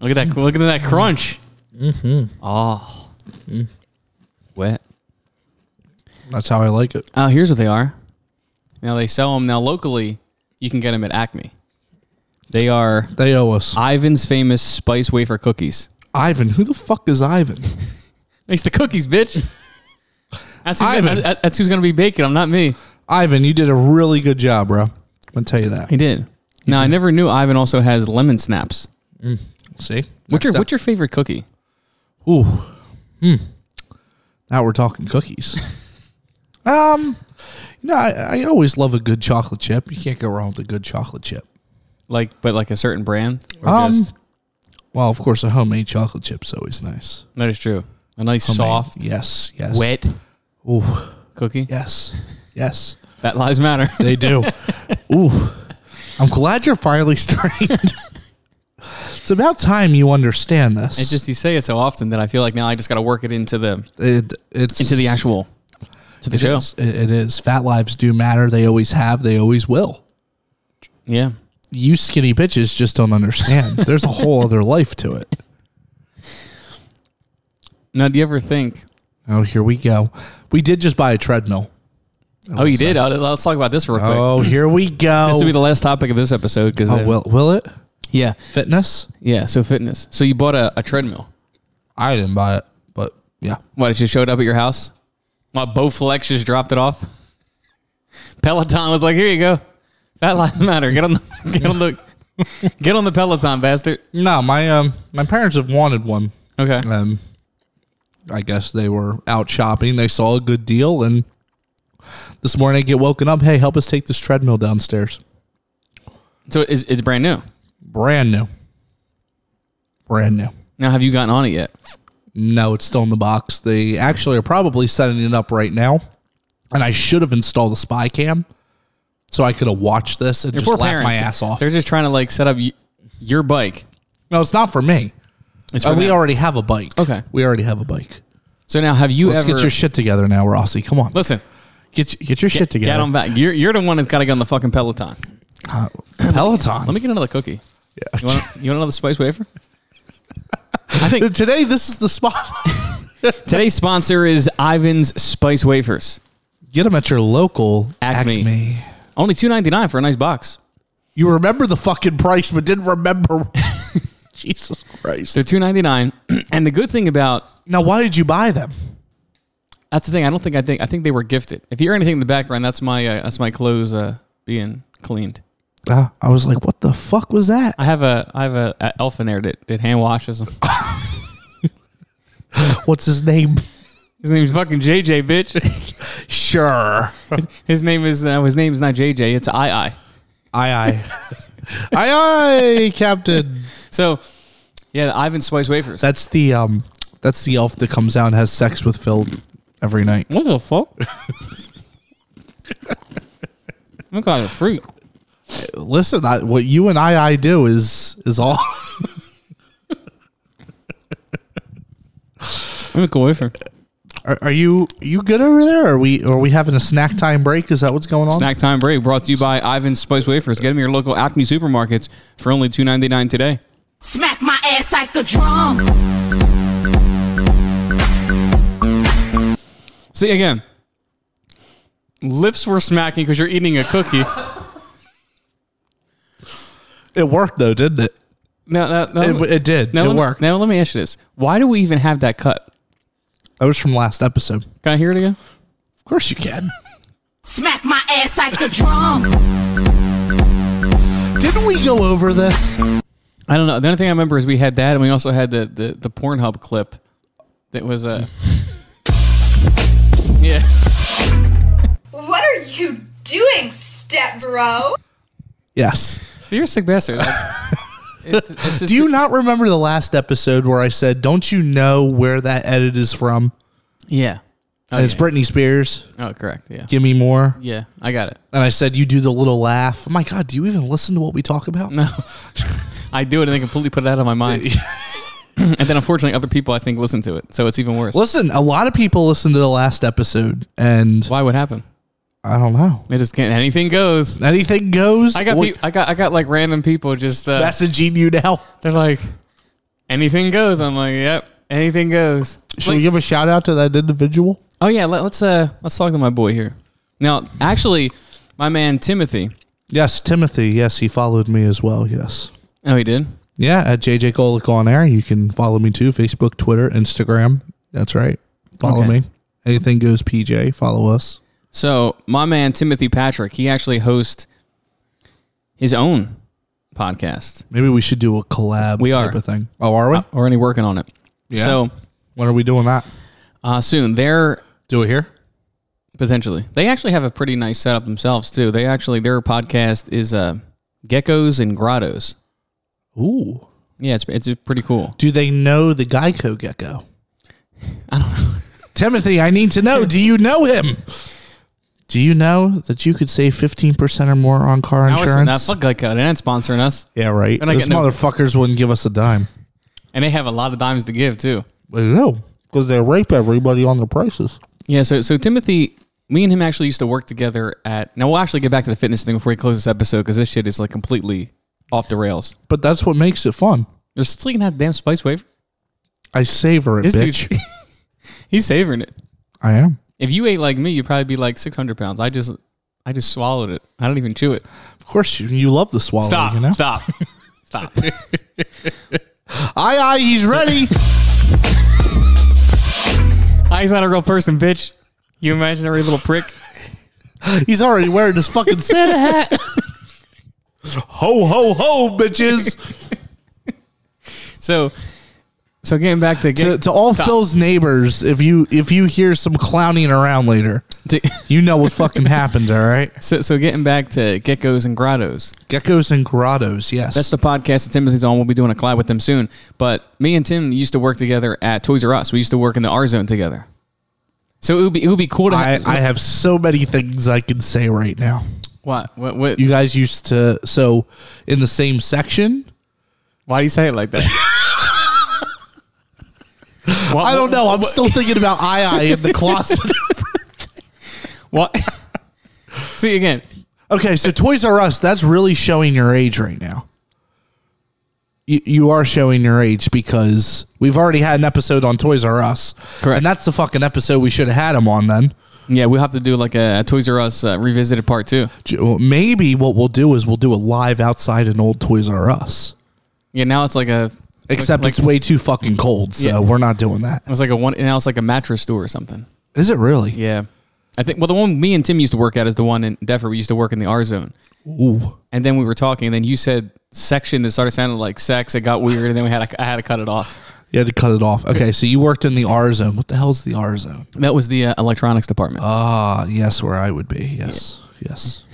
[SPEAKER 2] Look at that. Look at that crunch. Mm-hmm. Oh. Wet.
[SPEAKER 3] That's how I like it.
[SPEAKER 2] Oh, here's what they are. Now they sell them. Now locally, you can get them at Acme. They are.
[SPEAKER 3] They owe us.
[SPEAKER 2] Ivan's famous spice wafer cookies.
[SPEAKER 3] Ivan, who the fuck is Ivan?
[SPEAKER 2] Makes the cookies, bitch. That's who's,
[SPEAKER 3] Ivan.
[SPEAKER 2] Gonna, that- that's who's gonna be baking them, not me.
[SPEAKER 3] Ivan, you did a really good job, bro. I'm gonna tell you that.
[SPEAKER 2] He did. Now I never knew Ivan also has lemon snaps.
[SPEAKER 3] See,
[SPEAKER 2] What's
[SPEAKER 3] Next
[SPEAKER 2] your what's your favorite cookie?
[SPEAKER 3] up. ooh? Hmm. Now we're talking cookies. um, you know, I, I always love a good chocolate chip. You can't go wrong with a good chocolate chip.
[SPEAKER 2] Like, but like a certain brand. Or
[SPEAKER 3] Um,
[SPEAKER 2] just-
[SPEAKER 3] Well, of course, a homemade chocolate chip's always nice.
[SPEAKER 2] that is true. A nice soft,
[SPEAKER 3] Yes. Yes.
[SPEAKER 2] wet
[SPEAKER 3] Ooh.
[SPEAKER 2] cookie.
[SPEAKER 3] Yes. Yes.
[SPEAKER 2] That lies matter.
[SPEAKER 3] They do. Ooh. I'm glad you're finally starting. it's about time you understand this.
[SPEAKER 2] it's just you say it so often that I feel like now I just got to work it into the
[SPEAKER 3] it, it's
[SPEAKER 2] into the actual to the
[SPEAKER 3] It
[SPEAKER 2] show.
[SPEAKER 3] is. It, it is. Fat lives do matter. They always have. They always will.
[SPEAKER 2] Yeah.
[SPEAKER 3] You skinny bitches just don't understand. There's a whole other life to it.
[SPEAKER 2] Now, do you ever think?
[SPEAKER 3] Oh, here we go. We did just buy a treadmill.
[SPEAKER 2] Oh, you did. Oh, let's talk about this real quick.
[SPEAKER 3] Oh, here we go.
[SPEAKER 2] this will be the last topic of this episode because
[SPEAKER 3] oh, will, will it?
[SPEAKER 2] yeah,
[SPEAKER 3] Fitness?
[SPEAKER 2] Yeah, so fitness. So you bought a, a treadmill.
[SPEAKER 3] I didn't buy it, but yeah.
[SPEAKER 2] What, it just showed up at your house? My Bowflex just dropped it off. Peloton was like, here you go. Fat lives matter. Get on the get on the get on the Peloton, bastard.
[SPEAKER 3] No, my um, my parents have wanted one.
[SPEAKER 2] Okay.
[SPEAKER 3] Um, I guess they were out shopping. They saw a good deal, and this morning I get woken up. Hey, help us take this treadmill downstairs.
[SPEAKER 2] So it's, it's brand new.
[SPEAKER 3] Brand new. Brand new.
[SPEAKER 2] Now have you gotten on it yet?
[SPEAKER 3] No, it's still in the box. They actually are probably setting it up right now. And I should have installed a spy cam so I could have watched this and
[SPEAKER 2] Your
[SPEAKER 3] just
[SPEAKER 2] poor
[SPEAKER 3] laughed
[SPEAKER 2] parents.
[SPEAKER 3] my ass off.
[SPEAKER 2] They're just trying to like set up y- your bike.
[SPEAKER 3] no, it's not for me.
[SPEAKER 2] It's
[SPEAKER 3] Uh,
[SPEAKER 2] for
[SPEAKER 3] we
[SPEAKER 2] them.
[SPEAKER 3] already have a bike.
[SPEAKER 2] Okay.
[SPEAKER 3] We already have a bike.
[SPEAKER 2] So now, have you
[SPEAKER 3] Let's
[SPEAKER 2] ever
[SPEAKER 3] get your shit together now, Rossi. Come on.
[SPEAKER 2] listen?
[SPEAKER 3] get y- get your shit together. Uh,
[SPEAKER 2] Get on back. You're, you're the one that's got to get on the fucking Peloton.
[SPEAKER 3] Peloton.
[SPEAKER 2] Let me get another cookie.
[SPEAKER 3] Yeah.
[SPEAKER 2] You want you want another spice wafer? I think
[SPEAKER 3] Today, this is the spot.
[SPEAKER 2] Today's sponsor is Ivan's Spice Wafers.
[SPEAKER 3] Get them at your local
[SPEAKER 2] Acme.
[SPEAKER 3] Acme.
[SPEAKER 2] Only two ninety nine for a nice box.
[SPEAKER 3] You remember the fucking price, but didn't remember. Jesus Christ.
[SPEAKER 2] They're two ninety nine, and the good thing about
[SPEAKER 3] Now, why did you buy them?
[SPEAKER 2] that's the thing. I don't think I think I think they were gifted. If you hear anything in the background, that's my uh, that's my clothes uh, being cleaned.
[SPEAKER 3] Uh, I was like, what the fuck was that?
[SPEAKER 2] I have a I have a, a elf in there that, that hand washes them.
[SPEAKER 3] What's his name?
[SPEAKER 2] His name's fucking JJ, bitch.
[SPEAKER 3] Sure.
[SPEAKER 2] His name is uh, his name is not JJ. It's I I.
[SPEAKER 3] Aye, aye. aye, aye, Captain.
[SPEAKER 2] So yeah, the Ivan Spice Wafers.
[SPEAKER 3] That's the um, that's the elf that comes out and has sex with Phil every night.
[SPEAKER 2] What the fuck? Look like a freak.
[SPEAKER 3] Listen, I, what you and I I do is is all.
[SPEAKER 2] I'm a cool wafer.
[SPEAKER 3] Are, are you are you good over there? Are we are we having a snack time break? Is that what's going on?
[SPEAKER 2] Snack time break brought to you by Ivan's Spice Wafers. Get them at your local Acme supermarkets for only two ninety nine today.
[SPEAKER 5] Smack my ass like a drum.
[SPEAKER 2] See again. Lips were smacking because you're eating a cookie.
[SPEAKER 3] It worked though, didn't it?
[SPEAKER 2] No, no, no.
[SPEAKER 3] It, it did.
[SPEAKER 2] now
[SPEAKER 3] it
[SPEAKER 2] let me-
[SPEAKER 3] worked.
[SPEAKER 2] Now let me ask you this: Why do we even have that cut?
[SPEAKER 3] that was from last episode. Of
[SPEAKER 2] Can I hear it again?
[SPEAKER 3] course you can.
[SPEAKER 5] Smack my ass like a drum.
[SPEAKER 3] Didn't we go over this?
[SPEAKER 2] I don't know. The only thing I remember is we had that, and we also had the the, the Pornhub clip that was a. yeah.
[SPEAKER 6] What are you doing, step bro?
[SPEAKER 3] Yes.
[SPEAKER 2] You're a sick bastard. Like, it- it's just-
[SPEAKER 3] Do you not remember the last episode where I said, "Don't you know where that edit is from?"
[SPEAKER 2] Yeah. Oh,
[SPEAKER 3] And it's
[SPEAKER 2] yeah.
[SPEAKER 3] Britney Spears.
[SPEAKER 2] oh, correct. Yeah.
[SPEAKER 3] Give me more.
[SPEAKER 2] Yeah, I got it.
[SPEAKER 3] And I said, "You do the little laugh." Oh My God, do you even listen to what we talk about?
[SPEAKER 2] No. I do it and then completely put it out of my mind. and then unfortunately, other people I think listen to it. So it's even worse.
[SPEAKER 3] Listen, a lot of people listened to the last episode, and
[SPEAKER 2] Why would happen?
[SPEAKER 3] I don't know.
[SPEAKER 2] It just can't. Anything goes.
[SPEAKER 3] Anything goes.
[SPEAKER 2] I got,
[SPEAKER 3] What-
[SPEAKER 2] pe- I got, I got like random people just, uh,
[SPEAKER 3] messaging you now.
[SPEAKER 2] they're like, anything goes. I'm like, yep, anything goes.
[SPEAKER 3] Should we give a shout out to that individual?
[SPEAKER 2] Oh yeah, let, let's uh let's talk to my boy here. Now, actually, my man Timothy.
[SPEAKER 3] Yes, Timothy. Yes, he followed me as well. Yes.
[SPEAKER 2] Oh, he did.
[SPEAKER 3] Yeah, at JJ Golick on air. You can follow me too. Facebook, Twitter, Instagram. That's right. Follow
[SPEAKER 2] Okay.
[SPEAKER 3] me. Anything goes PJ, follow us.
[SPEAKER 2] So my man Timothy Patrick, he actually hosts his own podcast.
[SPEAKER 3] Maybe we should do a collab
[SPEAKER 2] We
[SPEAKER 3] type
[SPEAKER 2] are.
[SPEAKER 3] of thing. Oh, are we?
[SPEAKER 2] Already working on it.
[SPEAKER 3] Yeah.
[SPEAKER 2] So
[SPEAKER 3] When are we doing that?
[SPEAKER 2] uh, soon they're
[SPEAKER 3] Do it here?
[SPEAKER 2] potentially they actually have a pretty nice setup themselves too. They actually their podcast is uh, geckos and grottos.
[SPEAKER 3] Ooh.
[SPEAKER 2] Yeah, it's it's pretty cool.
[SPEAKER 3] Do they know the Geico gecko? I don't know. Timothy, I need to know. Do you know him? Do you know that you could save 15% or more on car
[SPEAKER 2] Now it's-
[SPEAKER 3] insurance?
[SPEAKER 2] Now, fuck Geico, they're not sponsoring us,
[SPEAKER 3] Yeah, right.
[SPEAKER 2] And I
[SPEAKER 3] Those
[SPEAKER 2] get no-
[SPEAKER 3] motherfuckers wouldn't give us a dime.
[SPEAKER 2] and they have a lot of dimes to give too.
[SPEAKER 3] Well, no, because they rape everybody on their prices.
[SPEAKER 2] Yeah, so so Timothy, me and him actually used to work together at. Now we'll actually get back to the fitness thing before we close this episode because this shit is like completely off the rails.
[SPEAKER 3] But that's what makes it fun.
[SPEAKER 2] You're still eating that damn spice wafer.
[SPEAKER 3] I savor it,
[SPEAKER 2] This
[SPEAKER 3] bitch.
[SPEAKER 2] dude's he's savoring it.
[SPEAKER 3] I am.
[SPEAKER 2] If you ate like me, you'd probably be like 600 pounds. I just I just swallowed it. I don't even chew it.
[SPEAKER 3] Of course, you, you love the swallow.
[SPEAKER 2] Stop!
[SPEAKER 3] You know?
[SPEAKER 2] Stop! Stop!
[SPEAKER 3] Aye, aye, he's ready.
[SPEAKER 2] I's not a real person, bitch. You imaginary little prick.
[SPEAKER 3] he's already wearing his fucking Santa hat. ho, ho, ho, bitches.
[SPEAKER 2] So So getting back to
[SPEAKER 3] To,
[SPEAKER 2] get,
[SPEAKER 3] to all Phil's neighbors, if you if you hear some clowning around later,
[SPEAKER 2] to-
[SPEAKER 3] you know what fucking happened. All right,
[SPEAKER 2] so, so getting back to geckos and grottos.
[SPEAKER 3] geckos and grottos. Yes,
[SPEAKER 2] That's the podcast that Timothy's on. We'll be doing a collab with them soon. But me and Tim used to work together at Toys R Us. We used to work in the R Zone together. So it would be it would be cool to
[SPEAKER 3] I,
[SPEAKER 2] have,
[SPEAKER 3] I have so many things I can say right now.
[SPEAKER 2] what what, what
[SPEAKER 3] You guys used to so in the same section.
[SPEAKER 2] why do you say it like that? What-
[SPEAKER 3] I don't know. I'm still thinking about I I in the closet.
[SPEAKER 2] What? See again.
[SPEAKER 3] okay, so Toys R Us. That's really showing your age right now. You, you are showing your age because we've already had an episode on Toys R Us.
[SPEAKER 2] Correct.
[SPEAKER 3] And that's the fucking episode we should have had him on then.
[SPEAKER 2] Yeah, we'll have to do like a, Toys R Us uh, revisited part two.
[SPEAKER 3] J- well, Maybe what we'll do is we'll do a live outside an old Toys R Us.
[SPEAKER 2] Yeah, now it's like a
[SPEAKER 3] Except
[SPEAKER 2] like,
[SPEAKER 3] it's way too fucking cold, so
[SPEAKER 2] Yeah.
[SPEAKER 3] we're not doing that.
[SPEAKER 2] it was like a one now it's like a mattress store or something.
[SPEAKER 3] Is it really?
[SPEAKER 2] Yeah. I think well the one me and Tim used to work at is the one in Deffer we used to work in the R zone.
[SPEAKER 3] Ooh.
[SPEAKER 2] And then we were talking and then you said section that started sounding like sex. It got weird and then we had I had to cut it off.
[SPEAKER 3] You had to cut it off. Okay, so you worked in the R zone. What the hell's the R zone?
[SPEAKER 2] That was the uh, electronics department.
[SPEAKER 3] Ah, yes, where I would be. Yes, yes,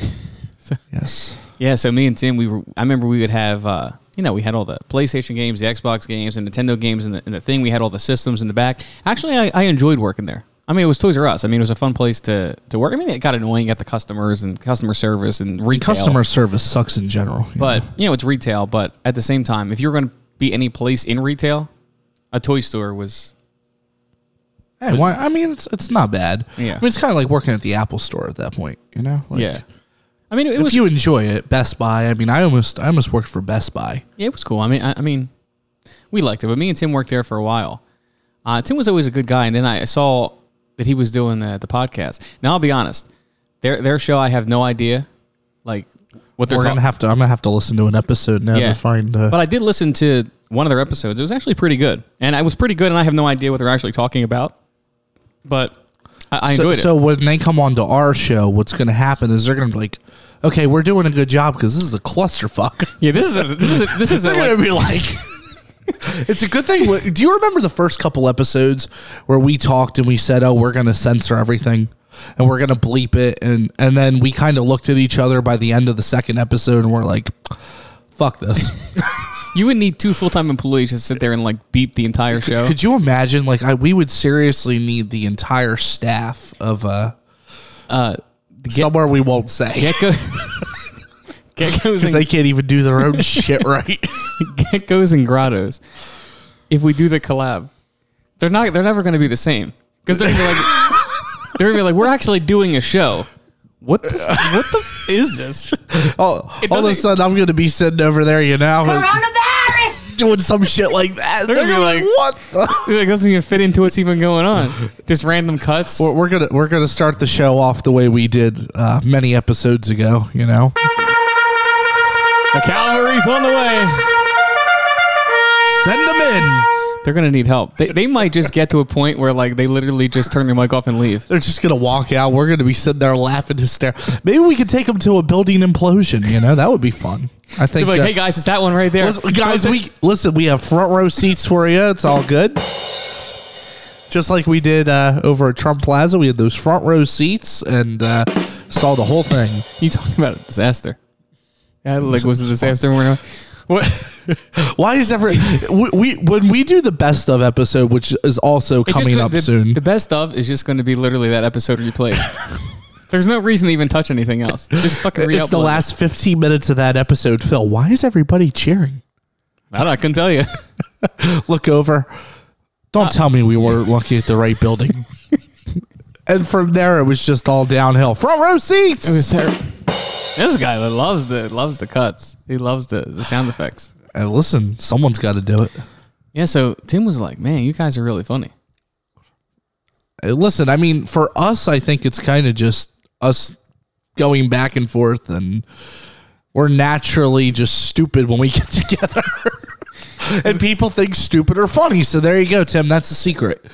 [SPEAKER 3] yes.
[SPEAKER 2] yeah, so me and Tim we were I remember we would have uh you know, we had all the PlayStation games, the Xbox games, and Nintendo games, and the, and the thing. We had all the systems in the back. Actually, I, I enjoyed working there. I mean, it was Toys R Us. I mean, it was a fun place to, to work. I mean, it got annoying at the customers and customer service and retail.
[SPEAKER 3] Customer service sucks in general. you
[SPEAKER 2] But
[SPEAKER 3] know.
[SPEAKER 2] you know, it's retail. But at the same time, if you're going to be any place in retail, a toy store was.
[SPEAKER 3] hey, why, I mean, it's it's not bad.
[SPEAKER 2] Yeah.
[SPEAKER 3] I mean, it's kind of like working at the Apple store at that point. You know, like,
[SPEAKER 2] yeah, I mean, it
[SPEAKER 3] If
[SPEAKER 2] was.
[SPEAKER 3] you enjoy it, Best Buy. I mean, I almost I almost worked for Best Buy.
[SPEAKER 2] yeah, it was cool. I mean, I, I mean, we liked it. But me and Tim worked there for a while. Uh, Tim was always a good guy, and then I saw that he was doing the, the podcast. Now I'll be honest, their their show I have no idea, like what they're
[SPEAKER 3] We're
[SPEAKER 2] talking.
[SPEAKER 3] gonna have to. I'm gonna have to listen to an episode now
[SPEAKER 2] Yeah.
[SPEAKER 3] to find. Uh,
[SPEAKER 2] but I did listen to one of their episodes. It was actually pretty good, and I was pretty good. And I have no idea what they're actually talking about, but I, I
[SPEAKER 3] so,
[SPEAKER 2] enjoyed it.
[SPEAKER 3] so when they come on to our show, what's gonna happen is they're gonna be like, okay, we're doing a good job because this is a clusterfuck.
[SPEAKER 2] yeah, this is a, this is a, this is a,
[SPEAKER 3] They're
[SPEAKER 2] like,
[SPEAKER 3] gonna be like. It's a good thing. wh- Do you remember the first couple episodes where we talked and we said, "Oh, we're gonna censor everything, and we're gonna bleep it," and and then we kind of looked at each other by the end of the second episode and we're like, "Fuck this."
[SPEAKER 2] You would need two full time employees to sit there and like beep the entire show.
[SPEAKER 3] Could you imagine? Like, I we would seriously need the entire staff of uh, somewhere we won't say
[SPEAKER 2] Gecko, geckos,
[SPEAKER 3] because they
[SPEAKER 2] and,
[SPEAKER 3] can't even do their own shit right.
[SPEAKER 2] geckos and grottos. If we do the collab, they're not. They're never going to be the same because they're gonna be like they're gonna be like we're actually doing a show. What the f- what the f- is this?
[SPEAKER 3] All,
[SPEAKER 2] It
[SPEAKER 3] all of a
[SPEAKER 2] doesn't-
[SPEAKER 3] sudden, I'm gonna be sitting over there, you know, and
[SPEAKER 5] Coronavirus!
[SPEAKER 3] doing some shit like that.
[SPEAKER 2] They're gonna be like-
[SPEAKER 3] "What the?"
[SPEAKER 2] It like, doesn't even fit into what's even going on. Just random cuts.
[SPEAKER 3] We're- We're gonna we're gonna start the show off the way we did uh, many episodes ago. You know,
[SPEAKER 2] the cavalry's on the way.
[SPEAKER 3] send them in.
[SPEAKER 2] They're gonna need help. They, they might just get to a point where like they literally just turn their mic off and leave.
[SPEAKER 3] They're just gonna walk out. We're gonna be sitting there laughing hysterical. Maybe we could take them to a building implosion. You know, that would be fun. I
[SPEAKER 2] They're
[SPEAKER 3] think.
[SPEAKER 2] like,
[SPEAKER 3] uh,
[SPEAKER 2] hey guys, it's that one right there.
[SPEAKER 3] listen- guys, we listen. We have front row seats for you. It's all good. Just like we did uh, over at Trump Plaza, we had those front row seats and uh, saw the whole thing.
[SPEAKER 2] You talking about a disaster? Yeah, like was a disaster. We're
[SPEAKER 3] What? Why is every we, we when we do the best of episode, which is also coming up
[SPEAKER 2] the,
[SPEAKER 3] soon?
[SPEAKER 2] The best of is just going to be literally that episode where you played. There's no reason to even touch anything else. Just fucking re
[SPEAKER 3] It's the last 15 minutes of that episode, Phil. Why is everybody cheering?
[SPEAKER 2] I don't. know, I couldn't tell you.
[SPEAKER 3] Look over.
[SPEAKER 2] Uh,
[SPEAKER 3] Don't tell me we weren't looking at the right building. and from there, it was just all downhill. Front row seats.
[SPEAKER 2] This guy that loves the loves the cuts. He loves the, the sound effects.
[SPEAKER 3] and listen, someone's got to do it.
[SPEAKER 2] Yeah. So Tim was like, "Man, you guys are really funny."
[SPEAKER 3] Uh, Listen, I mean, for us, I think it's kind of just us going back and forth, and we're naturally just stupid when we get together. and people think stupid or funny. So there you go, Tim. That's the secret.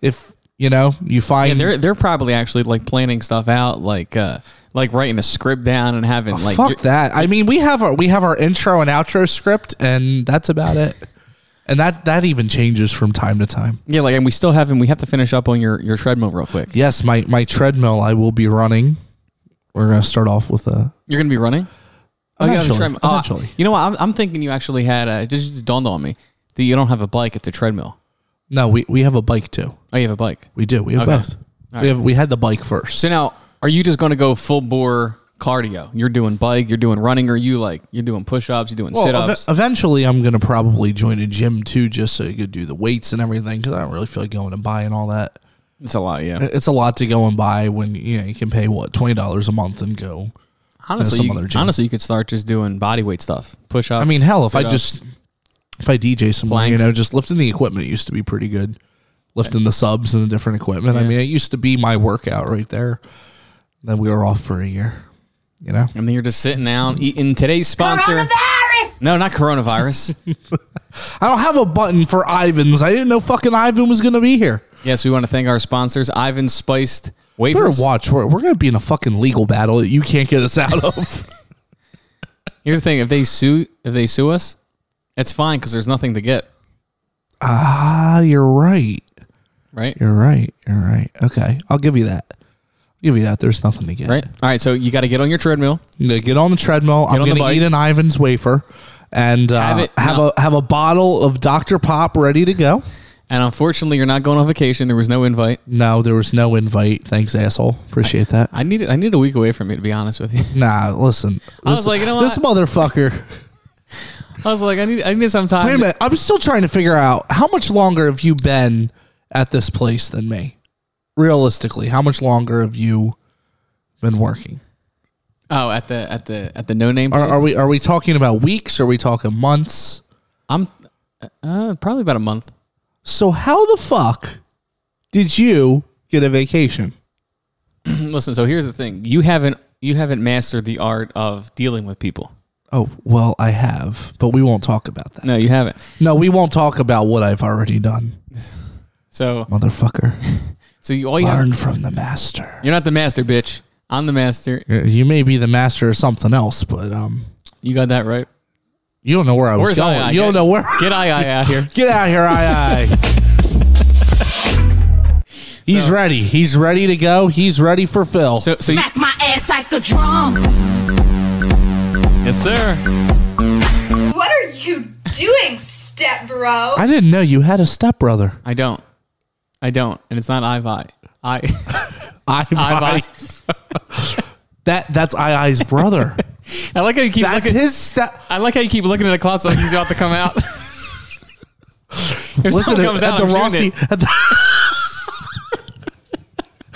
[SPEAKER 3] If you know, you find
[SPEAKER 2] And they're they're probably actually like planning stuff out, like uh like writing a script down and
[SPEAKER 3] Oh,
[SPEAKER 2] having like
[SPEAKER 3] fuck that. I mean, we have our we have our intro and outro script, and that's about it. and that that even changes from time to time.
[SPEAKER 2] Yeah, like, and we still haven't. We have to finish up on your your treadmill real quick.
[SPEAKER 3] Yes, my my treadmill I will be running. We're gonna start off with a
[SPEAKER 2] You're gonna be running. Oh, you have a
[SPEAKER 3] Eventually,
[SPEAKER 2] treadmill. Oh,
[SPEAKER 3] eventually.
[SPEAKER 2] you know what? I'm, I'm thinking you actually had. A, it just, just dawned on me that you don't have a bike. It's a treadmill.
[SPEAKER 3] no. We we have a bike too.
[SPEAKER 2] Oh, you have a bike.
[SPEAKER 3] We do. We have
[SPEAKER 2] Okay.
[SPEAKER 3] both. We have we had the bike first.
[SPEAKER 2] So now, are you just gonna go full bore cardio? You're doing bike. You're doing running. Or you like you're doing push ups. You're doing sit
[SPEAKER 3] Well, ev-
[SPEAKER 2] ups.
[SPEAKER 3] eventually I'm gonna probably join a gym too, just so you could do the weights and everything. Because I don't really feel like going and buying all that.
[SPEAKER 2] it's a lot. Yeah.
[SPEAKER 3] It's a lot to go and buy when you know you can pay what twenty dollars a month and go.
[SPEAKER 2] Honestly,
[SPEAKER 3] some
[SPEAKER 2] you,
[SPEAKER 3] other gym.
[SPEAKER 2] honestly, you could start just doing body weight stuff. Push ups.
[SPEAKER 3] I mean, hell, if I just if I DJ somewhere,
[SPEAKER 2] Planks.
[SPEAKER 3] you know, just lifting the equipment used to be pretty good. Lifting the subs and the different equipment. I mean, it used to be my workout right there. Then we were off for a year. You know,
[SPEAKER 2] and then you're just sitting down eating today's sponsor.
[SPEAKER 5] Coronavirus.
[SPEAKER 2] No, not coronavirus.
[SPEAKER 3] I don't have a button for Ivan's. I didn't know fucking Ivan was gonna be here.
[SPEAKER 2] yes, we want to thank our sponsors, Ivan Spiced
[SPEAKER 3] Better
[SPEAKER 2] Wafers.
[SPEAKER 3] watch. We're, we're gonna be in a fucking legal battle that you can't get us out of.
[SPEAKER 2] Here's the thing: if they sue, if they sue us, it's fine because there's nothing to get.
[SPEAKER 3] ah, you're right.
[SPEAKER 2] Right.
[SPEAKER 3] You're right. You're right. Okay, I'll give you that. give you that. There's nothing to get.
[SPEAKER 2] Right. All right. So you got to get on your treadmill.
[SPEAKER 3] I'm gonna get on the treadmill. I'm
[SPEAKER 2] on the
[SPEAKER 3] gonna
[SPEAKER 2] bike.
[SPEAKER 3] eat an Ivan's wafer and uh,
[SPEAKER 2] Have
[SPEAKER 3] have,
[SPEAKER 2] it- no.
[SPEAKER 3] a have a bottle of Dr Pop ready to go.
[SPEAKER 2] And unfortunately, you're not going on vacation. There was no invite.
[SPEAKER 3] No, there was no invite. Thanks, asshole. Appreciate that.
[SPEAKER 2] I needed. I needed a week away from you, to be honest with you.
[SPEAKER 3] Nah, listen.
[SPEAKER 2] I was
[SPEAKER 3] Listen,
[SPEAKER 2] like, you know
[SPEAKER 3] this motherfucker.
[SPEAKER 2] I was like, I need. I need some time.
[SPEAKER 3] Wait a minute. I'm still trying to figure out how much longer have you been at this place than me? Realistically, how much longer have you been working?
[SPEAKER 2] Oh, at the at the at the no name.
[SPEAKER 3] Are,
[SPEAKER 2] place?
[SPEAKER 3] are we are we talking about weeks? Are we talking months?
[SPEAKER 2] I'm uh, probably about a month.
[SPEAKER 3] So how the fuck did you get a vacation?
[SPEAKER 2] Listen. So here's the thing: you haven't you haven't mastered the art of dealing with people.
[SPEAKER 3] Oh, well, I have, but we won't talk about that.
[SPEAKER 2] No, you haven't.
[SPEAKER 3] No, we won't talk about what I've already done.
[SPEAKER 2] So
[SPEAKER 3] Motherfucker.
[SPEAKER 2] so you all you have,
[SPEAKER 3] Learn from the master.
[SPEAKER 2] you're not the master, bitch. I'm the master.
[SPEAKER 3] You may be the master of something else, but um
[SPEAKER 2] You got that right.
[SPEAKER 3] you don't know where I was
[SPEAKER 2] Where's
[SPEAKER 3] going.
[SPEAKER 2] I? I?
[SPEAKER 3] you
[SPEAKER 2] Get-
[SPEAKER 3] don't know where
[SPEAKER 2] Get I I out here.
[SPEAKER 3] Get out of here, aye aye. He's ready. He's ready to go. He's ready for Phil.
[SPEAKER 2] So so you,
[SPEAKER 5] Smack my ass like the drum.
[SPEAKER 2] yes, sir.
[SPEAKER 6] What are you doing, step bro?
[SPEAKER 3] I didn't know you had a stepbrother.
[SPEAKER 2] I don't. I don't. And it's not I I. I
[SPEAKER 3] I,
[SPEAKER 2] I
[SPEAKER 3] that that's I I's brother.
[SPEAKER 2] I like how you keep
[SPEAKER 3] that's
[SPEAKER 2] looking.
[SPEAKER 3] his step.
[SPEAKER 2] I like how you keep looking at the closet like he's about to come out. if
[SPEAKER 3] Listen,
[SPEAKER 2] something
[SPEAKER 3] at,
[SPEAKER 2] comes
[SPEAKER 3] at
[SPEAKER 2] out,
[SPEAKER 3] the
[SPEAKER 2] I'm
[SPEAKER 3] Rossi.
[SPEAKER 2] shooting
[SPEAKER 3] At the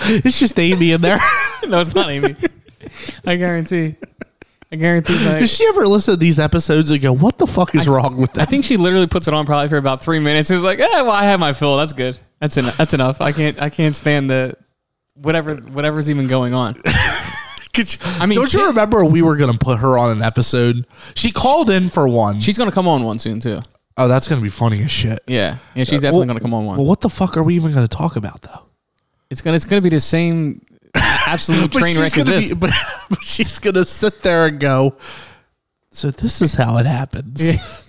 [SPEAKER 3] it's just Amy in there.
[SPEAKER 2] it. No, it's not Amy. I guarantee. I guarantee.
[SPEAKER 3] Does
[SPEAKER 2] That.
[SPEAKER 3] she ever listen to these episodes and go, "What the fuck is wrong with
[SPEAKER 2] I
[SPEAKER 3] that?"
[SPEAKER 2] think she literally puts it on probably for about three minutes. It's like, eh, well, I have my fill. That's good. That's enough. That's enough. I can't. I can't stand the whatever. Whatever's even going on.
[SPEAKER 3] Could you-
[SPEAKER 2] mean,
[SPEAKER 3] don't you
[SPEAKER 2] Ti-
[SPEAKER 3] remember we were going to put her on an episode? She called in for one.
[SPEAKER 2] She's gonna come on one soon too.
[SPEAKER 3] oh, that's going to be funny as shit.
[SPEAKER 2] Yeah. Yeah. She's definitely
[SPEAKER 3] Well-
[SPEAKER 2] gonna come on one.
[SPEAKER 3] Well, what the fuck are we even going to talk about though?
[SPEAKER 2] It's gonna. It's gonna be the same absolute
[SPEAKER 3] But
[SPEAKER 2] train
[SPEAKER 3] she's
[SPEAKER 2] wreck as
[SPEAKER 3] gonna
[SPEAKER 2] this.
[SPEAKER 3] be- but, but she's going to sit there and go, "So this is how it happens. this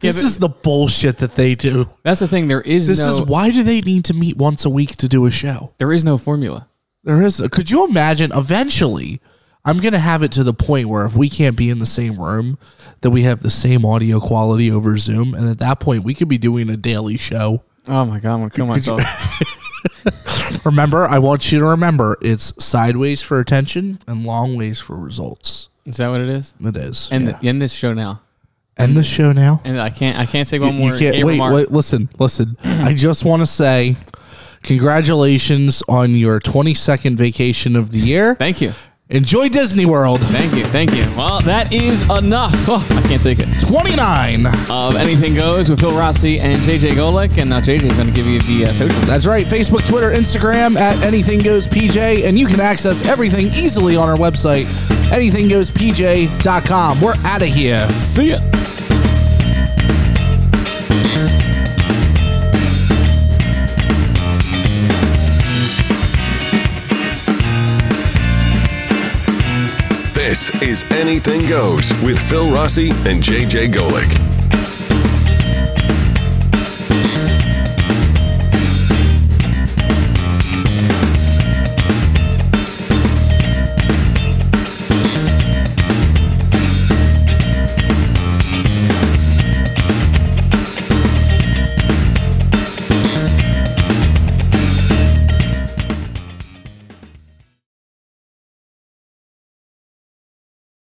[SPEAKER 2] but-
[SPEAKER 3] is the bullshit that they do.
[SPEAKER 2] That's the thing. There is
[SPEAKER 3] This
[SPEAKER 2] no.
[SPEAKER 3] is why do they need to meet once a week to do a show?
[SPEAKER 2] there is no formula.
[SPEAKER 3] There is. Could you imagine? Eventually, I'm gonna have it to the point where if we can't be in the same room, that we have the same audio quality over Zoom, and at that point, we could be doing a daily show.
[SPEAKER 2] Oh my god, I'm gonna kill myself.
[SPEAKER 3] Remember, I want you to remember it's sideways for attention and long ways for results.
[SPEAKER 2] is that what it is?
[SPEAKER 3] It is.
[SPEAKER 2] End,
[SPEAKER 3] yeah.
[SPEAKER 2] the, end this show now.
[SPEAKER 3] end the show now.
[SPEAKER 2] And I can't. I can't say one more.
[SPEAKER 3] you can't
[SPEAKER 2] gay
[SPEAKER 3] wait,
[SPEAKER 2] remark.
[SPEAKER 3] wait. Listen, listen. I just want to say, congratulations on your 22nd vacation of the year.
[SPEAKER 2] Thank you.
[SPEAKER 3] Enjoy Disney World.
[SPEAKER 2] Thank you. Thank you. Well, that is enough. Oh, I can't take it.
[SPEAKER 3] 29.
[SPEAKER 2] Of anything goes with Phil Rossi and JJ Golick, and now JJ's gonna give you the uh, socials.
[SPEAKER 3] That's right. Facebook, Twitter, Instagram at Anything Goes PJ. And you can access everything easily on our website, anythinggoespj.com. We're out of here.
[SPEAKER 2] See ya.
[SPEAKER 1] This is Anything Goes with Phil Rossi and JJ Golick.